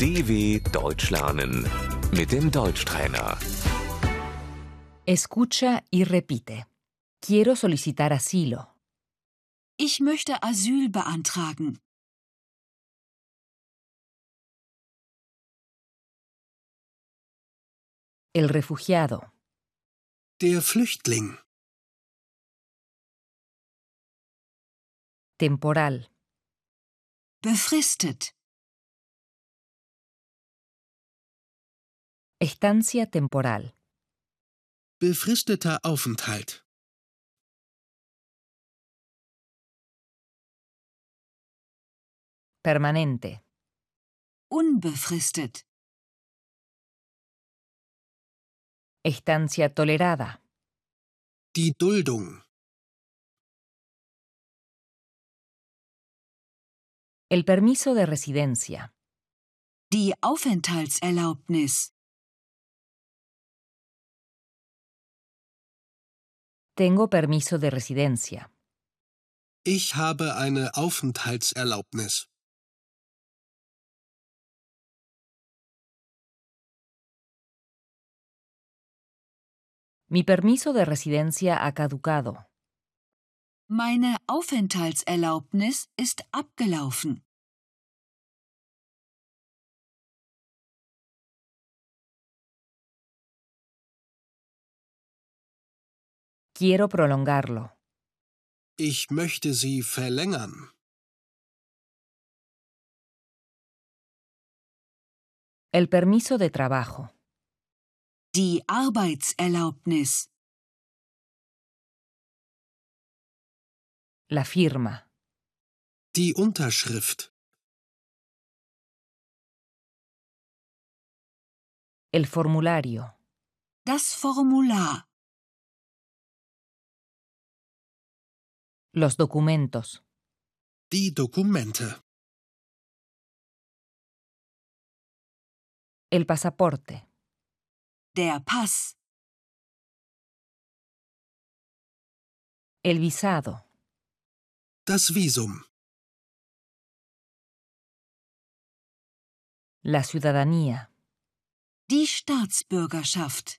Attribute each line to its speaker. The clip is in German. Speaker 1: DW Deutsch lernen mit dem Deutschtrainer.
Speaker 2: Escucha y repite. Quiero solicitar asilo.
Speaker 3: Ich möchte Asyl beantragen.
Speaker 2: El refugiado.
Speaker 4: Der Flüchtling.
Speaker 2: Temporal.
Speaker 3: Befristet.
Speaker 2: Estancia temporal.
Speaker 4: Befristeter Aufenthalt.
Speaker 2: Permanente.
Speaker 3: Unbefristet.
Speaker 2: Estancia tolerada.
Speaker 4: Die Duldung.
Speaker 2: El permiso de residencia.
Speaker 3: Die Aufenthaltserlaubnis.
Speaker 2: Tengo permiso de residencia.
Speaker 4: Ich habe eine Aufenthaltserlaubnis.
Speaker 2: Mi permiso de residencia ha caducado.
Speaker 3: Meine Aufenthaltserlaubnis ist abgelaufen.
Speaker 2: Quiero prolongarlo.
Speaker 4: Ich möchte sie verlängern.
Speaker 2: El permiso de trabajo.
Speaker 3: Die Arbeitserlaubnis.
Speaker 2: La firma.
Speaker 4: Die Unterschrift.
Speaker 2: El formulario.
Speaker 3: Das Formular.
Speaker 2: Los documentos.
Speaker 4: Die Dokumente.
Speaker 2: El pasaporte.
Speaker 3: Der Pass.
Speaker 2: El visado.
Speaker 4: Das Visum.
Speaker 2: La ciudadanía.
Speaker 3: Die Staatsbürgerschaft.